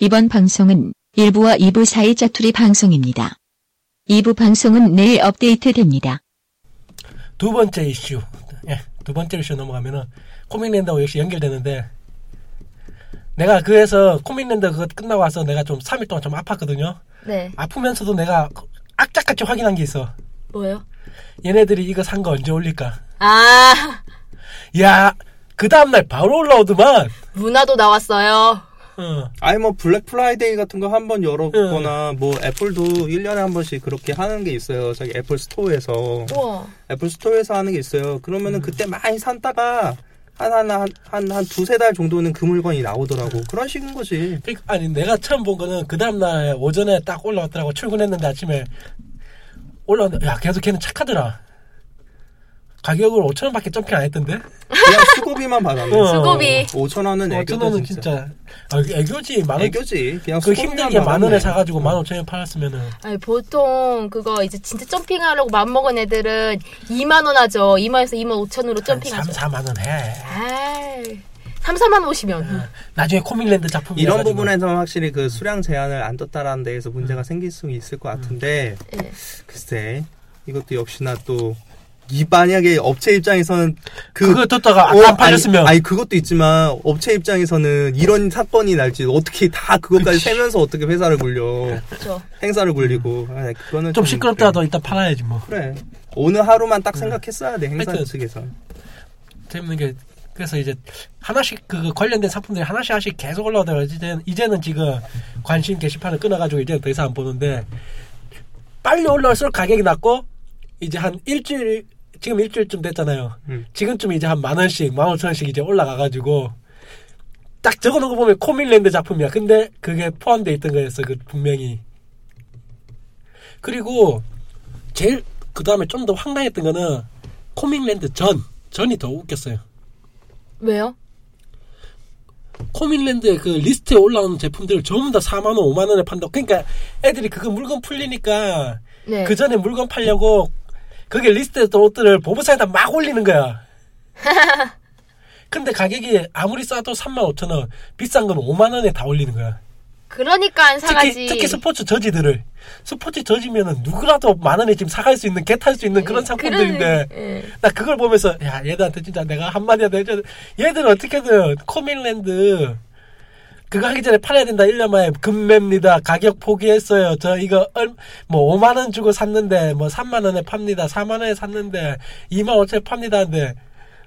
이번 방송은 1부와 2부 사이 짜투리 방송입니다. 2부 방송은 내일 업데이트됩니다. 두 번째 이슈. 예, 두 번째 이슈 넘어가면은 코믹랜드하고 역시 연결되는데 내가 그래서 코믹랜드 그거 끝나고 와서 내가 좀 3일 동안 좀 아팠거든요. 네. 아프면서도 내가 악착같이 확인한 게 있어. 뭐요? 얘네들이 이거 산 거 언제 올릴까? 아, 야, 그 다음날 바로 올라오더만. 문화도 나왔어요. 어, 아니 뭐 블랙 프라이데이 같은 거 한 번 예. 열어보거나 뭐 애플도 1년에 한 번씩 그렇게 하는 게 있어요. 저기 애플 스토어에서 우와. 애플 스토어에서 하는 게 있어요. 그러면은 음. 그때 많이 산다가 한한한한 두세 달 정도는 그 물건이 나오더라고. 그런 식인 거지. 그러니까 아니 내가 처음 본 거는 그 다음날 오전에 딱 올라왔더라고 출근했는데 아침에 올라왔는데 야 계속 걔는 착하더라. 가격을 5천 원밖에 점핑 안 했던데. 그냥 수고비만 받았네. 어. 수고비. 5천 원은 5천 네, 애교다 원은 진짜. 뭐 진짜 아, 애교지 만 원. 애교지. 그냥 그 수고비만 힘들게 만 받았네. 원에 사가지고 만 오천 원 팔았으면은 아니, 보통 그거 이제 진짜 점핑하려고 맘먹은 애들은 2만원 하죠. 2만에서 2만 5천으로 한 점핑하죠. 3, 4만 원 해. 아이, 3, 4만 네. 오시면. 나중에 코믹랜드 작품 이런 부분에서는 확실히 그 수량 제한을 안 뒀다라는 데에서 음. 문제가 생길 수 있을 것 같은데 예. 글쎄 이것도 역시나 또 이 만약에 업체 입장에서는 그 그거 듣다가 어, 안 팔렸으면 아니, 아니, 그것도 있지만 업체 입장에서는 이런 사건이 날지 어떻게 다 그것까지 세면서 어떻게 회사를 굴려 그렇죠. 행사를 굴리고 아, 그거는 음. 좀 시끄럽더라도 일단 팔아야지 뭐. 그래 오늘 하루만 딱 생각했어야 돼 행사 하여튼. 측에서 재밌는 게 그래서 이제 하나씩 그 관련된 상품들이 하나씩 하나씩 계속 올라오다가 이제는 이제는 지금 관심 게시판을 끊어가지고 이제 더 이상 안 보는데 빨리 올라올수록 가격이 낮고 이제 한 일주일 지금 일주일쯤 됐잖아요. 음. 지금쯤 이제 한 만 원씩 만 오천 원씩 이제 올라가가지고 딱 적어놓고 보면 코밀랜드 작품이야. 근데 그게 포함돼 있던 거였어. 그 분명히 그리고 제일 그 다음에 좀 더 황당했던 거는 코믹랜드 전 전이 더 웃겼어요. 왜요? 코믹랜드의 그 리스트에 올라온 제품들을 전부 다 4만 원, 5만 원에 판다. 그러니까 애들이 그거 물건 풀리니까 네. 그 전에 물건 팔려고 그게 리스트에 던 옷들을 보부사에다 막 올리는 거야. 근데 가격이 아무리 싸도 3만 5천 원, 비싼 건 5만 원에 다 올리는 거야. 그러니까 안 사가지. 특히, 특히 스포츠 저지들을 스포츠 저지면은 누구라도 만 원에 지금 사갈 수 있는 겟할 수 있는 그런 상품들인데 예, 그런- 예. 나 그걸 보면서 야 얘들한테 진짜 내가 한마디라도 해줘야 돼. 얘들 어떻게든 코믹랜드 그거 하기 전에 팔아야 된다 1년 만에 금매입니다 가격 포기했어요 저 이거 얼, 뭐 5만원 주고 샀는데 뭐 3만원에 팝니다 4만원에 샀는데 2만 5천에 팝니다 하는데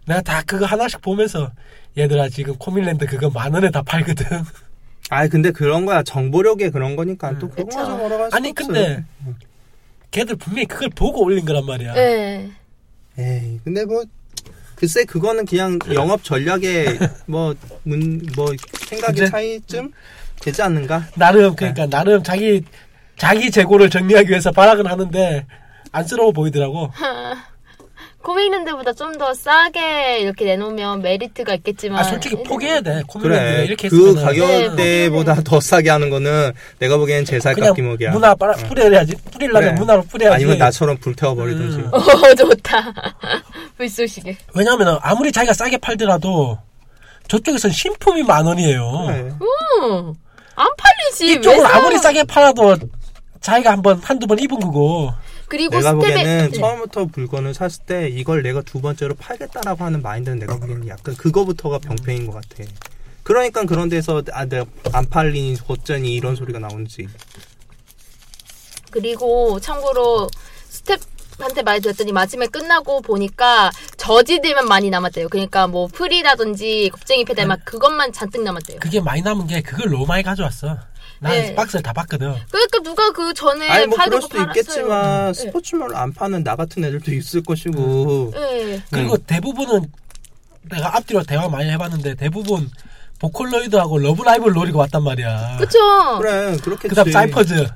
내가 다 그거 하나씩 보면서 얘들아 지금 코믹랜드 그거 만원에 다 팔거든 아 근데 그런 거야 정보력에 그런 거니까 또 그런 그쵸. 거좀 걸어갈 음. 수 아니 없어 근데 걔들 분명히 그걸 보고 올린 거란 말이야 예. 에이 근데 뭐 글쎄 그거는 그냥 영업 전략의 뭐문뭐 생각의 그치? 차이쯤 되지 않는가 나름 네. 그러니까 나름 자기 자기 재고를 정리하기 위해서 발악은 하는데 안쓰러워 보이더라고. 코믹랜드보다 좀 더 싸게 이렇게 내놓으면 메리트가 있겠지만. 아 솔직히 포기해야 뭐. 돼. 코미디가 그래 이렇게 그 했으면 가격대보다 더 싸게 하는 거는 내가 보기엔 제살 그냥 깎기먹이야 어. 문화 빨아 뿌려야지. 뿌리려면 그래. 문화로 뿌려야지. 아니면 나처럼 불태워버리든지 음. 어, 좋다. 불쏘시게. 왜냐하면 아무리 자기가 싸게 팔더라도 저쪽에선 신품이 만 원이에요. 그래. 음, 안 팔리지. 왜 이쪽은 사? 아무리 싸게 팔아도 자기가 한번 한두 번 입은 거고. 그리고 내가 스텝에 보기에는 네. 처음부터 물건을 샀을 때 이걸 내가 두 번째로 팔겠다라고 하는 마인드는 내가 보기에는 약간 음. 그거부터가 병폐인 것 같아 그러니까 그런 데서 아, 내가 안 팔리니 어쩌니 이런 소리가 나오는지 그리고 참고로 스텝한테 많이 들었더니 마지막에 끝나고 보니까 저지들만 많이 남았대요. 그러니까 뭐 풀이라든지 겁쟁이 페달 막 그것만 잔뜩 남았대요. 그게 많이 남은 게 그걸 너무 많이 가져왔어. 난 네. 박스를 다 봤거든. 그러니까 누가 그 전에 아니 뭐 팔던 그럴 거 수도 팔았어요. 있겠지만 네. 스포츠몰 안 파는 나 같은 애들도 있을 것이고 예. 그리고 대부분은 내가 앞뒤로 대화 많이 해봤는데 대부분 보컬로이드하고 러브라이브를 노리고 왔단 말이야. 그쵸. 아, 그래 그렇겠지 그다음 사이퍼즈.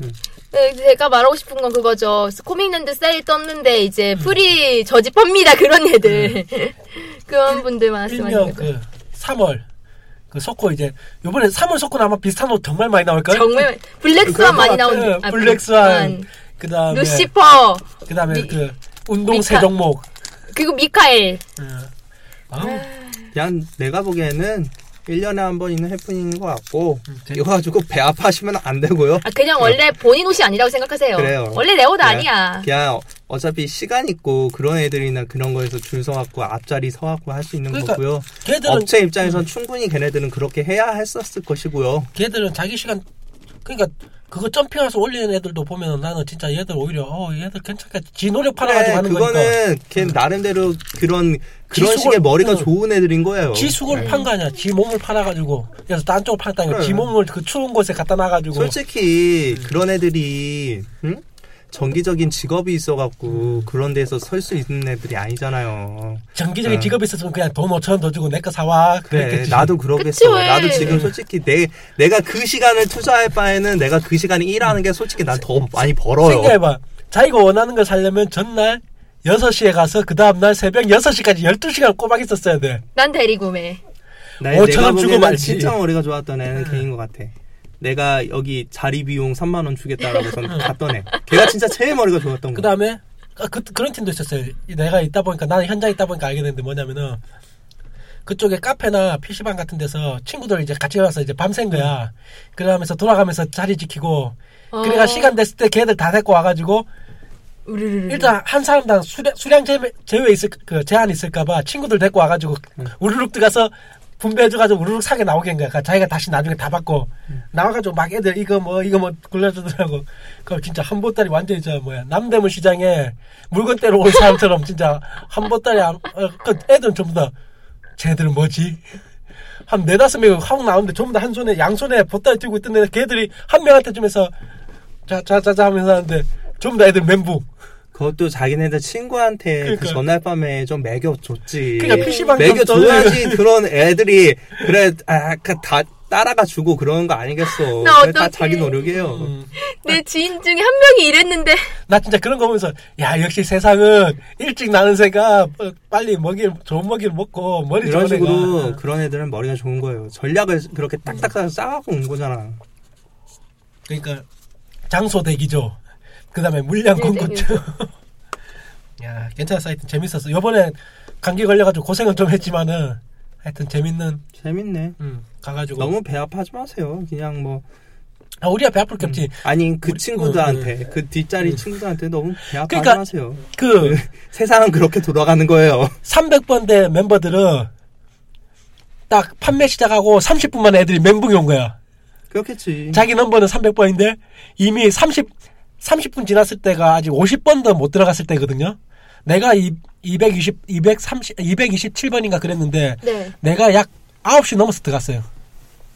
네, 제가 말하고 싶은 건 그거죠. 코믹랜드 세일 떴는데 이제 음. 풀이 저지 팝니다 그런 애들. 그런 분들 일명 말씀하시는 거죠. 그 3월 그 석고 이제 요번에 3월 석고는 아마 비슷한 옷 정말 많이 나올 거예요. 정말 블랙스완 많이 나오는. 아, 네, 블랙스완 아, 네. 그다음에 루시퍼 그다음에 미- 그 운동 미카. 세 종목. 그리고 미카엘. 어. 아우, 그냥 내가 보기에는 1년에 한 번 있는 해프닝인 것 같고 음, 이거 가지고 배 아파하시면 안 되고요. 아, 그냥 원래 본인 옷이 아니라고 생각하세요. 네. 그래요. 원래 내 옷 그냥- 아니야. 그냥 어- 어차피 시간 있고 그런 애들이나 그런 거에서 줄 서갖고 앞자리 서갖고 할 수 있는 그러니까 거고요. 걔들은 업체 입장에선 충분히 걔네들은 그렇게 해야 했었을 것이고요. 걔들은 자기 시간 그러니까 그거 점핑해서 올리는 애들도 보면 나는 진짜 얘들 오히려 어 얘들 괜찮겠지 지 노력 팔아가지고 네, 그래, 하는 거니까 음. 그거는 걔 나름대로 그런 그런 지수를- 식의 머리가 응. 좋은 애들인 거예요. 음. 지 숙을 판 거 아니야 지 몸을 팔아가지고 그래서 딴 쪽을 팔았다 니까 그래. 지 몸을 그 추운 곳에 갖다 놔가지고 네. 솔직히 음. 그런 애들이 응? 정기적인 직업이 있어갖고 그런 데서 설 수 있는 애들이 아니잖아요. 정기적인 어. 직업이 있었으면 그냥 돈 5천원 더 주고 내 거 사와 그래 그랬겠지 네, 나도 그러겠어. 왜? 나도 지금 솔직히 내 내가 그 시간을 투자할 바에는 내가 그 시간에 일하는 게 솔직히 난 더 많이 벌어요. 생각해봐 자기가 원하는 걸 사려면 전날 6시에 가서 그 다음날 새벽 6시까지 12시간 꼬박 있었어야 돼 난 대리구매. 나 어, 내가 저건 주고 보기에는 말지. 음. 진짜 머리가 좋았던 애는 걔인 것 같아. 내가 여기 자리 비용 3만 원 주겠다라고 해서 갔던 애. 걔가 진짜 제일 머리가 좋았던 음. 그 거. 다음에 그, 그런 팀도 있었어요. 내가 있다 보니까 나는 현장에 있다 보니까 알게 됐는데 뭐냐면은 그쪽에 카페나 PC방 같은 데서 친구들 이제 같이 와서 이제 밤샌 거야. 그러면서 돌아가면서 자리 지키고 그래가 어. 시간 됐을 때 걔들 다 데리고 와가지고 우르르르. 일단 한 사람당 수량, 수량 제외, 제외 있을 그 제한 이 있을까봐 친구들 데리고 와가지고 우르륵 들어가서 분배해줘가지고 우르륵 사게 나오게 한 거야. 그러니까 자기가 다시 나중에 다 받고 나와가지고 막 애들 이거 뭐 이거 뭐 굴려주더라고. 그럼 진짜 한 보따리 완전히 저 뭐야 남대문 시장에 물건 떼러 온 사람처럼 진짜 한 보따리 안, 어, 그 애들은 전부 다 쟤들은 뭐지? 한 네다섯 명이 확 나오는데 전부 다 한 손에 양손에 보따리 들고 있던 애들 걔들이 한 명한테 주면서 자자자자 하면서 하는데 전부 다 애들 멘붕. 그것도 자기네들 친구한테 그 그러니까. 전날 밤에 좀 먹여줬지. 그러니까 PC방 먹여줘야지 그런 애들이 그래 아, 그다 따라가 주고 그런 거 아니겠어. 나 그게 다 어떡해. 음. 자기 노력이에요. 내 지인 중에 한 명이 이랬는데 나 진짜 그런 거 보면서 야 역시 세상은 일찍 나는 새가 어, 빨리 먹이 좋은 먹이를 먹고 머리 이런 좋은 식으로 애가 그런 애들은 머리가 좋은 거예요. 전략을 그렇게 음. 딱딱딱 싸갖고 온 거잖아. 그러니까 장소 대기죠. 그다음에 물량 예, 공급죠. 야 괜찮았어 하여튼 재밌었어. 요번에 감기 걸려가지고 고생은 좀 했지만은 하여튼 재밌는 재밌네. 음, 가가지고 너무 배 아파하지 마세요. 그냥 뭐 아, 우리야 배 아플 게 없지. 아니 우리- 그 어, 네. 음. 친구들한테 그 뒷자리 친구들한테 너무 배 아파하지 그러니까- 마세요. 그 세상은 그렇게 돌아가는 거예요. 300번대 멤버들은 딱 판매 시작하고 30분 만에 애들이 멘붕이 온 거야. 그렇겠지. 자기 넘버는 300번인데 이미 30 30분 지났을 때가 아직 50번도 못 들어갔을 때거든요. 내가 이, 220 230 227번인가 그랬는데 네. 내가 약 9시 넘어서 들어갔어요.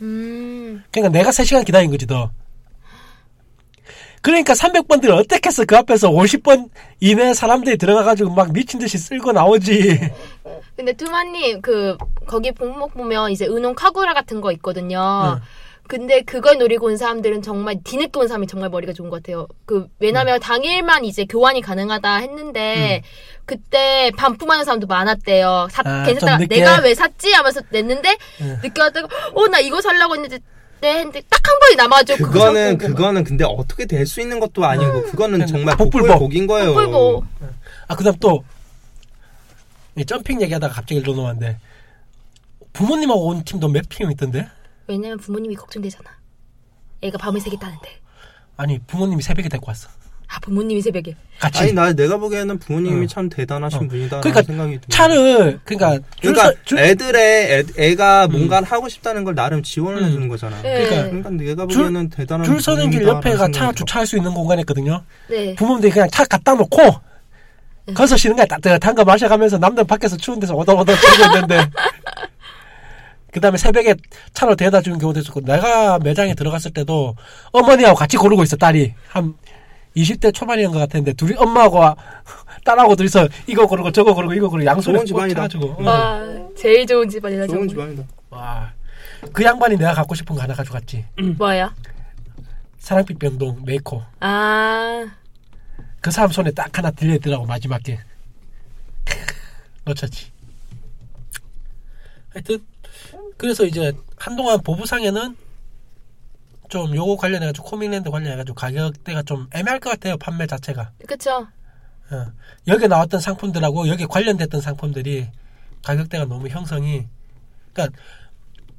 음. 그러니까 내가 3시간 기다린 거지 더. 그러니까 300번들은 어떻게 해서 그 앞에서 50번 이내 사람들이 들어가가지고 막 미친 듯이 쓸고 나오지. 근데 투마님 그 거기 본목 보면 이제 은혼 카구라 같은 거 있거든요. 네. 근데 그걸 노리고 온 사람들은 정말 뒤늦게 온 사람이 정말 머리가 좋은 것 같아요. 그 네. 왜냐면 당일만 이제 교환이 가능하다 했는데 그때 반품하는 사람도 많았대요. 사, 음. 아, 괜찮다. 좀 늦게. 네. 내가 왜 샀지 하면서 냈는데 늦게 왔다가 어 나 이거 살라고 했는데 네, 했는데 딱 한 번이 남아가지고 그거 그거는 뭐. 샀고. 그거는 근데 어떻게 될 수 있는 것도 아니고 그거는 정말 네. 복불복. 복불복. 복인 거예요. 꿀보 뭐. 아, 그 다음 또, 이 점핑 얘기하다가 갑자기 일로 넘어왔는데, 부모님하고 온 팀도 몇 팀 있던데? 왜냐면 부모님이 걱정되잖아. 애가 밤을 새겠다는데. 아니, 부모님이 새벽에 데리고 왔어. 아 부모님이 새벽에. 같이. 아니 나 내가 보기에는 부모님이 참 대단하신 분이다. 네. 그러니까 생각이 들어요. 차를, 그러니까, 줄 그러니까 서, 줄, 음. 애들의 애, 가 뭔가를 하고 싶다는 걸 나름 지원을 해주는 거잖아. 네. 그러니까 그러니까 내가 줄- 보기에는 대단한 줄 서는 길 분이다라는 옆에가 차 생각이 들어. 주차할 수 있는 공간이 있거든요. 네. 부모님들이 그냥 차 갖다 놓고, 거기서 쉬는 거야. 따뜻한 거 마셔가면서 남들 밖에서 추운 데서 오덕오덕 쉬고 있는데. 그 다음에 새벽에 차로 데려다 주는 경우도 있었고, 내가 매장에 들어갔을 때도 어머니하고 같이 고르고 있어, 딸이. 한 20대 초반이었던 것 같았는데, 둘이 엄마하고 아- 딸하고 둘이서 이거 고르고 저거 고르고 이거 고르고 양손에 좋은 집안이다. 꽂혀가지고. 어. 응. 와 음. 제일 좋은 집안이다 정말. 좋은 집안이다. 와. 그 양반이 내가 갖고 싶은 거 하나 가져갔지. 뭐야? 사랑빛 변동 메이커. 아 그 사람 손에 딱 하나 들려있더라고 마지막에 놓쳤지 하여튼 그래서 이제 한동안 보부상에는 좀 요거 관련해가지고 코믹랜드 관련해가지고 가격대가 좀 애매할 것 같아요 판매 자체가 그쵸. 어. 여기 나왔던 상품들하고 여기 관련됐던 상품들이 가격대가 너무 형성이 그러니까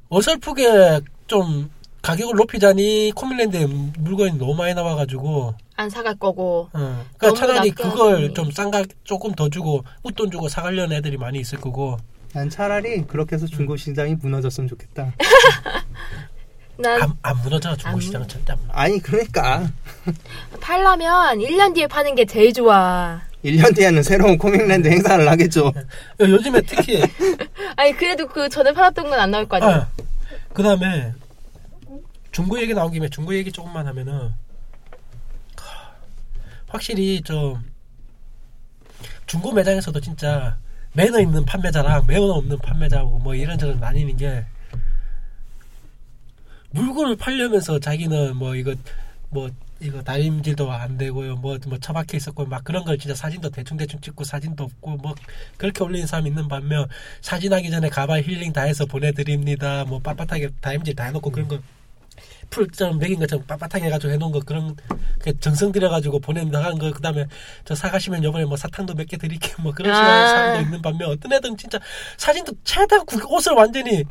어설프게 좀 가격을 높이자니 코밀랜드에 물건이 너무 많이 나와가지고 안 사갈 거고 어. 너무 그러니까 차라리 낮게 그걸 하더니. 좀 싼가 조금 더 주고 웃돈 주고 사가려는 애들이 많이 있을 거고 난 차라리 그렇게 음. 해서 중고 시장이 무너졌으면 좋겠다. 난 안, 안 무너져 안 중고시장은 절대 안 무너져 아니 그러니까 팔려면 1년 뒤에 파는 게 제일 좋아. 1년 뒤에는 새로운 코믹랜드 행사를 하겠죠. 요즘에 특히 아니 그래도 그 전에 팔았던 건 안 나올 거 아니야. 그 다음에 중고 얘기 나온 김에 중고 얘기 조금만 하면은 하, 확실히 좀 중고 매장에서도 진짜 매너 있는 판매자랑 매너 없는 판매자하고 뭐 이런저런 나뉘는 게 물건을 팔려면서 자기는 뭐 이거 뭐 이거 다림질도 안 되고요 뭐 뭐 처박혀 있었고 막 그런 걸 진짜 사진도 대충 대충 찍고 사진도 없고 뭐 그렇게 올리는 사람 있는 반면 사진하기 전에 가발 힐링 다 해서 보내드립니다. 뭐 빳빳하게 다림질 다 해놓고 그런 거 풀처럼 매긴 것처럼 빳빳하게 해가지고 해놓은 거 그런 그 정성 들여가지고 보낸다는 거 그다음에 저 사가시면 요번에 뭐 사탕도 몇 개 드릴게요 뭐 그런 식으로 하는 아. 사람도 있는 반면 어떤 애들은 진짜 사진도 최대한 구- 옷을 완전히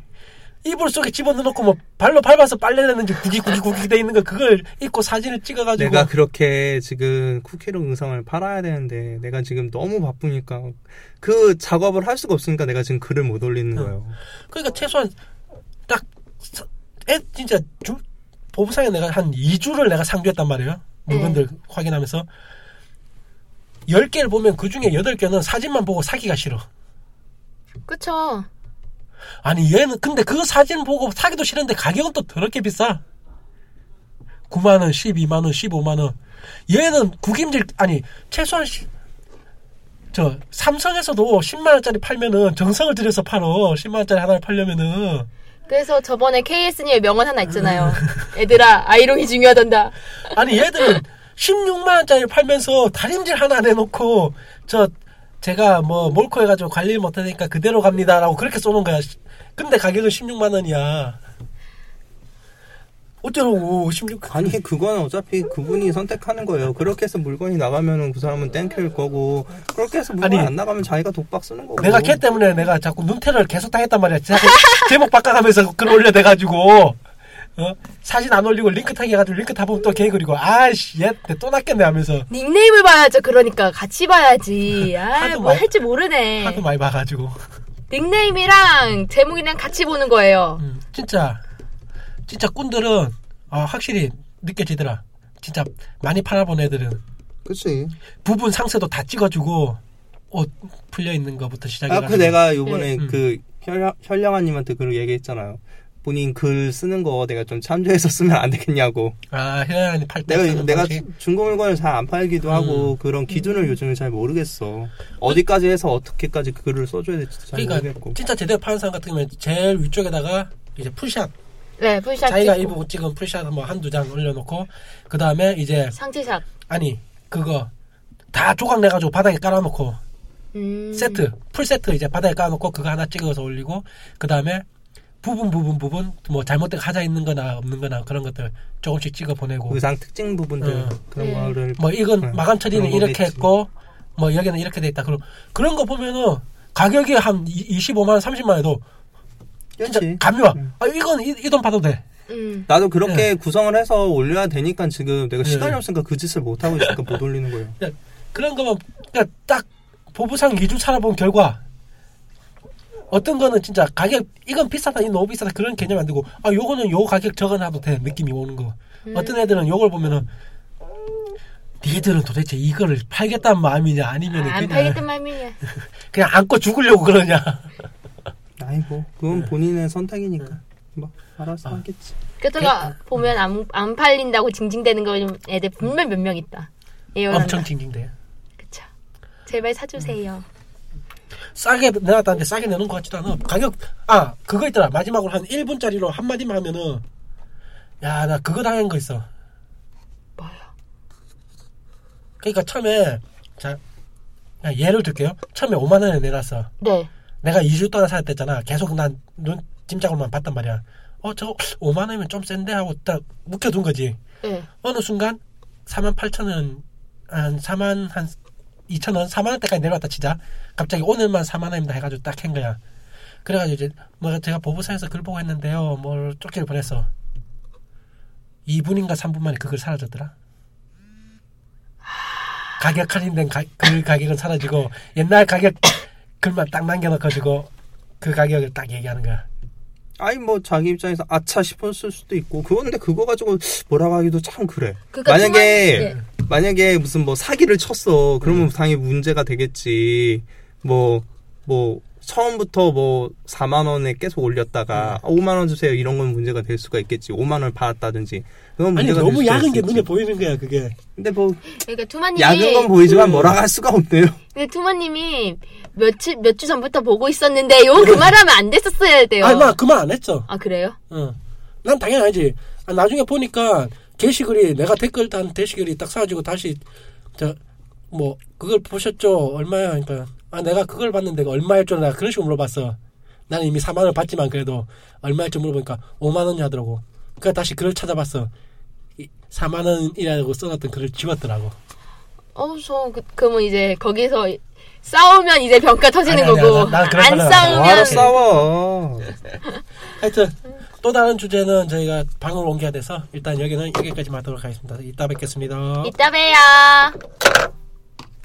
이불 속에 집어넣어놓고 뭐 발로 밟아서 빨래했는지 구기구기구기 돼 있는 거 그걸 입고 사진을 찍어가지고 내가 그렇게 지금 쿠키로 음성을 팔아야 되는데 내가 지금 너무 바쁘니까 그 작업을 할 수가 없으니까 내가 지금 글을 못 올리는 거예요. 그러니까 최소한 딱 사- 애, 진짜 주, 보부상에 내가 한 2주를 내가 상주했단 말이에요. 물건들 확인하면서 10개를 보면 그중에 8개는 사진만 보고 사기가 싫어. 네. 그쵸? 아니 얘는 근데 그 사진 보고 사기도 싫은데 가격은 또 더럽게 비싸. 9만 원, 12만 원, 15만 원. 얘는 구김질 아니 최소한 시- 저 삼성에서도 10만 원짜리 팔면은 정성을 들여서 팔어. 10만 원짜리 하나를 팔려면은 그래서 저번에 KS님의 명언 하나 있잖아요. 얘들아 아이롱이 중요하단다. 아니 얘들은 16만 원짜리 팔면서 다림질 하나 안 해놓고 저 제가 뭐 몰코 해가지고 관리를 못하니까 그대로 갑니다라고 그렇게 쏘는 거야. 시- 근데 가격은 16만 원이야. 어쩌라고 16? 그렇죠. 아니 그건 어차피 그분이 선택하는 거예요. 그렇게 해서 물건이 나가면은 그 사람은 땡큐일 거고 그렇게 해서 물건이 아니, 안 나가면 자기가 독박 쓰는 거고. 내가 걔 때문에 내가 자꾸 눈테를 계속 당했단 말이야. 자꾸 제목 바꿔가면서 글 올려대가지고 어? 사진 안 올리고 링크 타기 해가지고 링크 타보면 또걔 그리고 아씨 얘또 낚였네 하면서 닉네임을 봐야죠. 그러니까 같이 봐야지. 아, 하도 뭐 많- 할지 모르네. 하도 많이 봐가지고. 닉네임이랑 제목이랑 같이 보는 거예요. 음, 진짜 진짜 꾼들은 아, 확실히 느껴지더라. 진짜 많이 팔아본 애들은 그치. 부분 상세도 다 찍어주고 옷 풀려 있는 거부터 시작해. 아, 그 내가 요번에 응. 그 현령, 현령아님한테 그걸 얘기했잖아요. 본인 글 쓰는 거 내가 좀 참조해서 쓰면 안 되겠냐고. 아 현아님 음. 팔 때. 내가 쓰는 내가 방식. 중고 물건을 잘 안 팔기도 하고 그런 음. 기준을 요즘에 잘 모르겠어. 어디까지 해서 어떻게까지 그 글을 써줘야 될지 잘 모르겠고. 그러니까 진짜 제대로 파는 사람 같은 경우에 제일 위쪽에다가 이제 풀샷 네, 풀샷 자기가 찍고 입은 찍은 풀샷 뭐 한두 장 올려놓고 그 다음에 이제 상체샷. 아니 그거 다 조각 내가지고 바닥에 깔아놓고 음. 세트 풀 세트 이제 바닥에 깔아놓고 그거 하나 찍어서 올리고 그 다음에 부분 부분 부분 뭐 잘못된 하자 있는거나 없는거나 그런 것들 조금씩 찍어 보내고 의상 특징 부분들 어. 그런 네. 거를 뭐 이건 응, 마감 처리는 그런 거 이렇게 있지. 했고 뭐 여기는 이렇게 돼 있다 그럼 그런 거 보면은 가격이 한 25만 원 30만 원에도 진짜 그렇지. 감이 와 응. 아, 이건 이 돈 받아도 돼 음. 나도 그렇게 예. 구성을 해서 올려야 되니까 지금 내가 네. 시간이 없으니까 그 짓을 못 하고 있으니까 못 올리는 거예요. 그런 거만 그러니까 딱 보부상 2주 살아본 결과 어떤 거는 진짜 가격 이건 비싸다 이건 너무 비싸다 그런 개념이 안 되고 아 요거는 요 가격 적어놔도 돼 느낌이 오는 거 음. 어떤 애들은 요걸 보면은 니들은 도대체 이거를 팔겠다는 마음이냐 아니면 아, 그냥, 안 팔겠단 말이냐. 그냥 안고 죽으려고 그러냐 아이 뭐 그건 예. 본인의 선택이니까 뭐 알아서 하겠지. 네. 그러다가 그러니까 보면 안, 안 팔린다고 징징대는 거 애들 분명 몇 명 있다. 예언한다. 엄청 징징대요 음. 그쵸. 제발 사주세요. 싸게 내놨다는데 싸게 내놓은 것 같지도 않아. 가격, 아, 그거 있더라. 마지막으로 한 1분짜리로 한마디만 하면은, 야, 나 그거 당한 거 있어. 뭐야? 그러니까 처음에, 자, 그냥 예를 들게요. 처음에 5만원에 내놨어. 네. 내가 2주 동안 살았댔잖아. 계속 난 눈, 짐작으로만 봤단 말이야. 어, 저거 5만원이면 좀 센데? 하고 딱 묵혀둔 거지. 네. 어느 순간, 4만 8천원, 한 4만, 한 2천원, 4만원대까지 내려왔다 치자. 갑자기 오늘만 4만원입니다 해가지고 딱 한 거야. 그래가지고 이제 뭐 제가 보부사에서 글 보고 했는데요. 뭘 쪽지를 보내서 2분인가 3분 만에 그걸 사라졌더라. 가격 할인된 가, 그 가격은 사라지고 옛날 가격 글만 딱 남겨놓고지고 그 가격을 딱 얘기하는 거야. 아니 뭐 자기 입장에서 아차 싶어 쓸 수도 있고 그건데 그거 가지고 뭐라고 하기도 참 그래. 그러니까 만약에 중간- 만약에 무슨 뭐 사기를 쳤어 그러면 당연히 문제가 되겠지. 뭐 뭐 처음부터 뭐 4만 원에 계속 올렸다가 5만 원 주세요 이런 건 문제가 될 수가 있겠지. 5만 원을 받았다든지 그건 아니 문제가 될 너무 수가 약은 게 있을지. 눈에 보이는 거야 그게. 근데 뭐 그러니까 투마님이 약은 건 보이지만 뭐라고 할 수가 없네요. 근데 투마님이 며칠 몇 주 전부터 보고 있었는데 요 그 말하면 안 됐었어야 네. 돼요. 아니 뭐- 나 그만 안 했어. 아 그래요? 어. 난 당연히 알지. 아, 나중에 보니까 게시글이 내가 댓글 단 게시글이 딱 사가지고 다시 저 뭐 그걸 보셨죠? 얼마야? 그러니까 아 내가 그걸 봤는데 얼마일 줄 내가 그런 식으로 물어봤어. 나는 이미 4만 원을 받지만 그래도 얼마일 줄 물어보니까 5만 원이 하더라고. 그러니까 다시 글을 찾아봤어. 이 4만 원이라고 써놨던 글을 지웠더라고. 어저 그, 그러면 이제 거기서 싸우면 이제 병가 터지는 아니, 아니, 거고 아니, 나- 나 그런 안 걸로 싸우면 뭐하러 싸워. 하여튼 또 다른 주제는 저희가 방으로 옮겨야 돼서 일단 여기는 여기까지 마도록 하겠습니다. 이따 뵙겠습니다. 이따 봬요.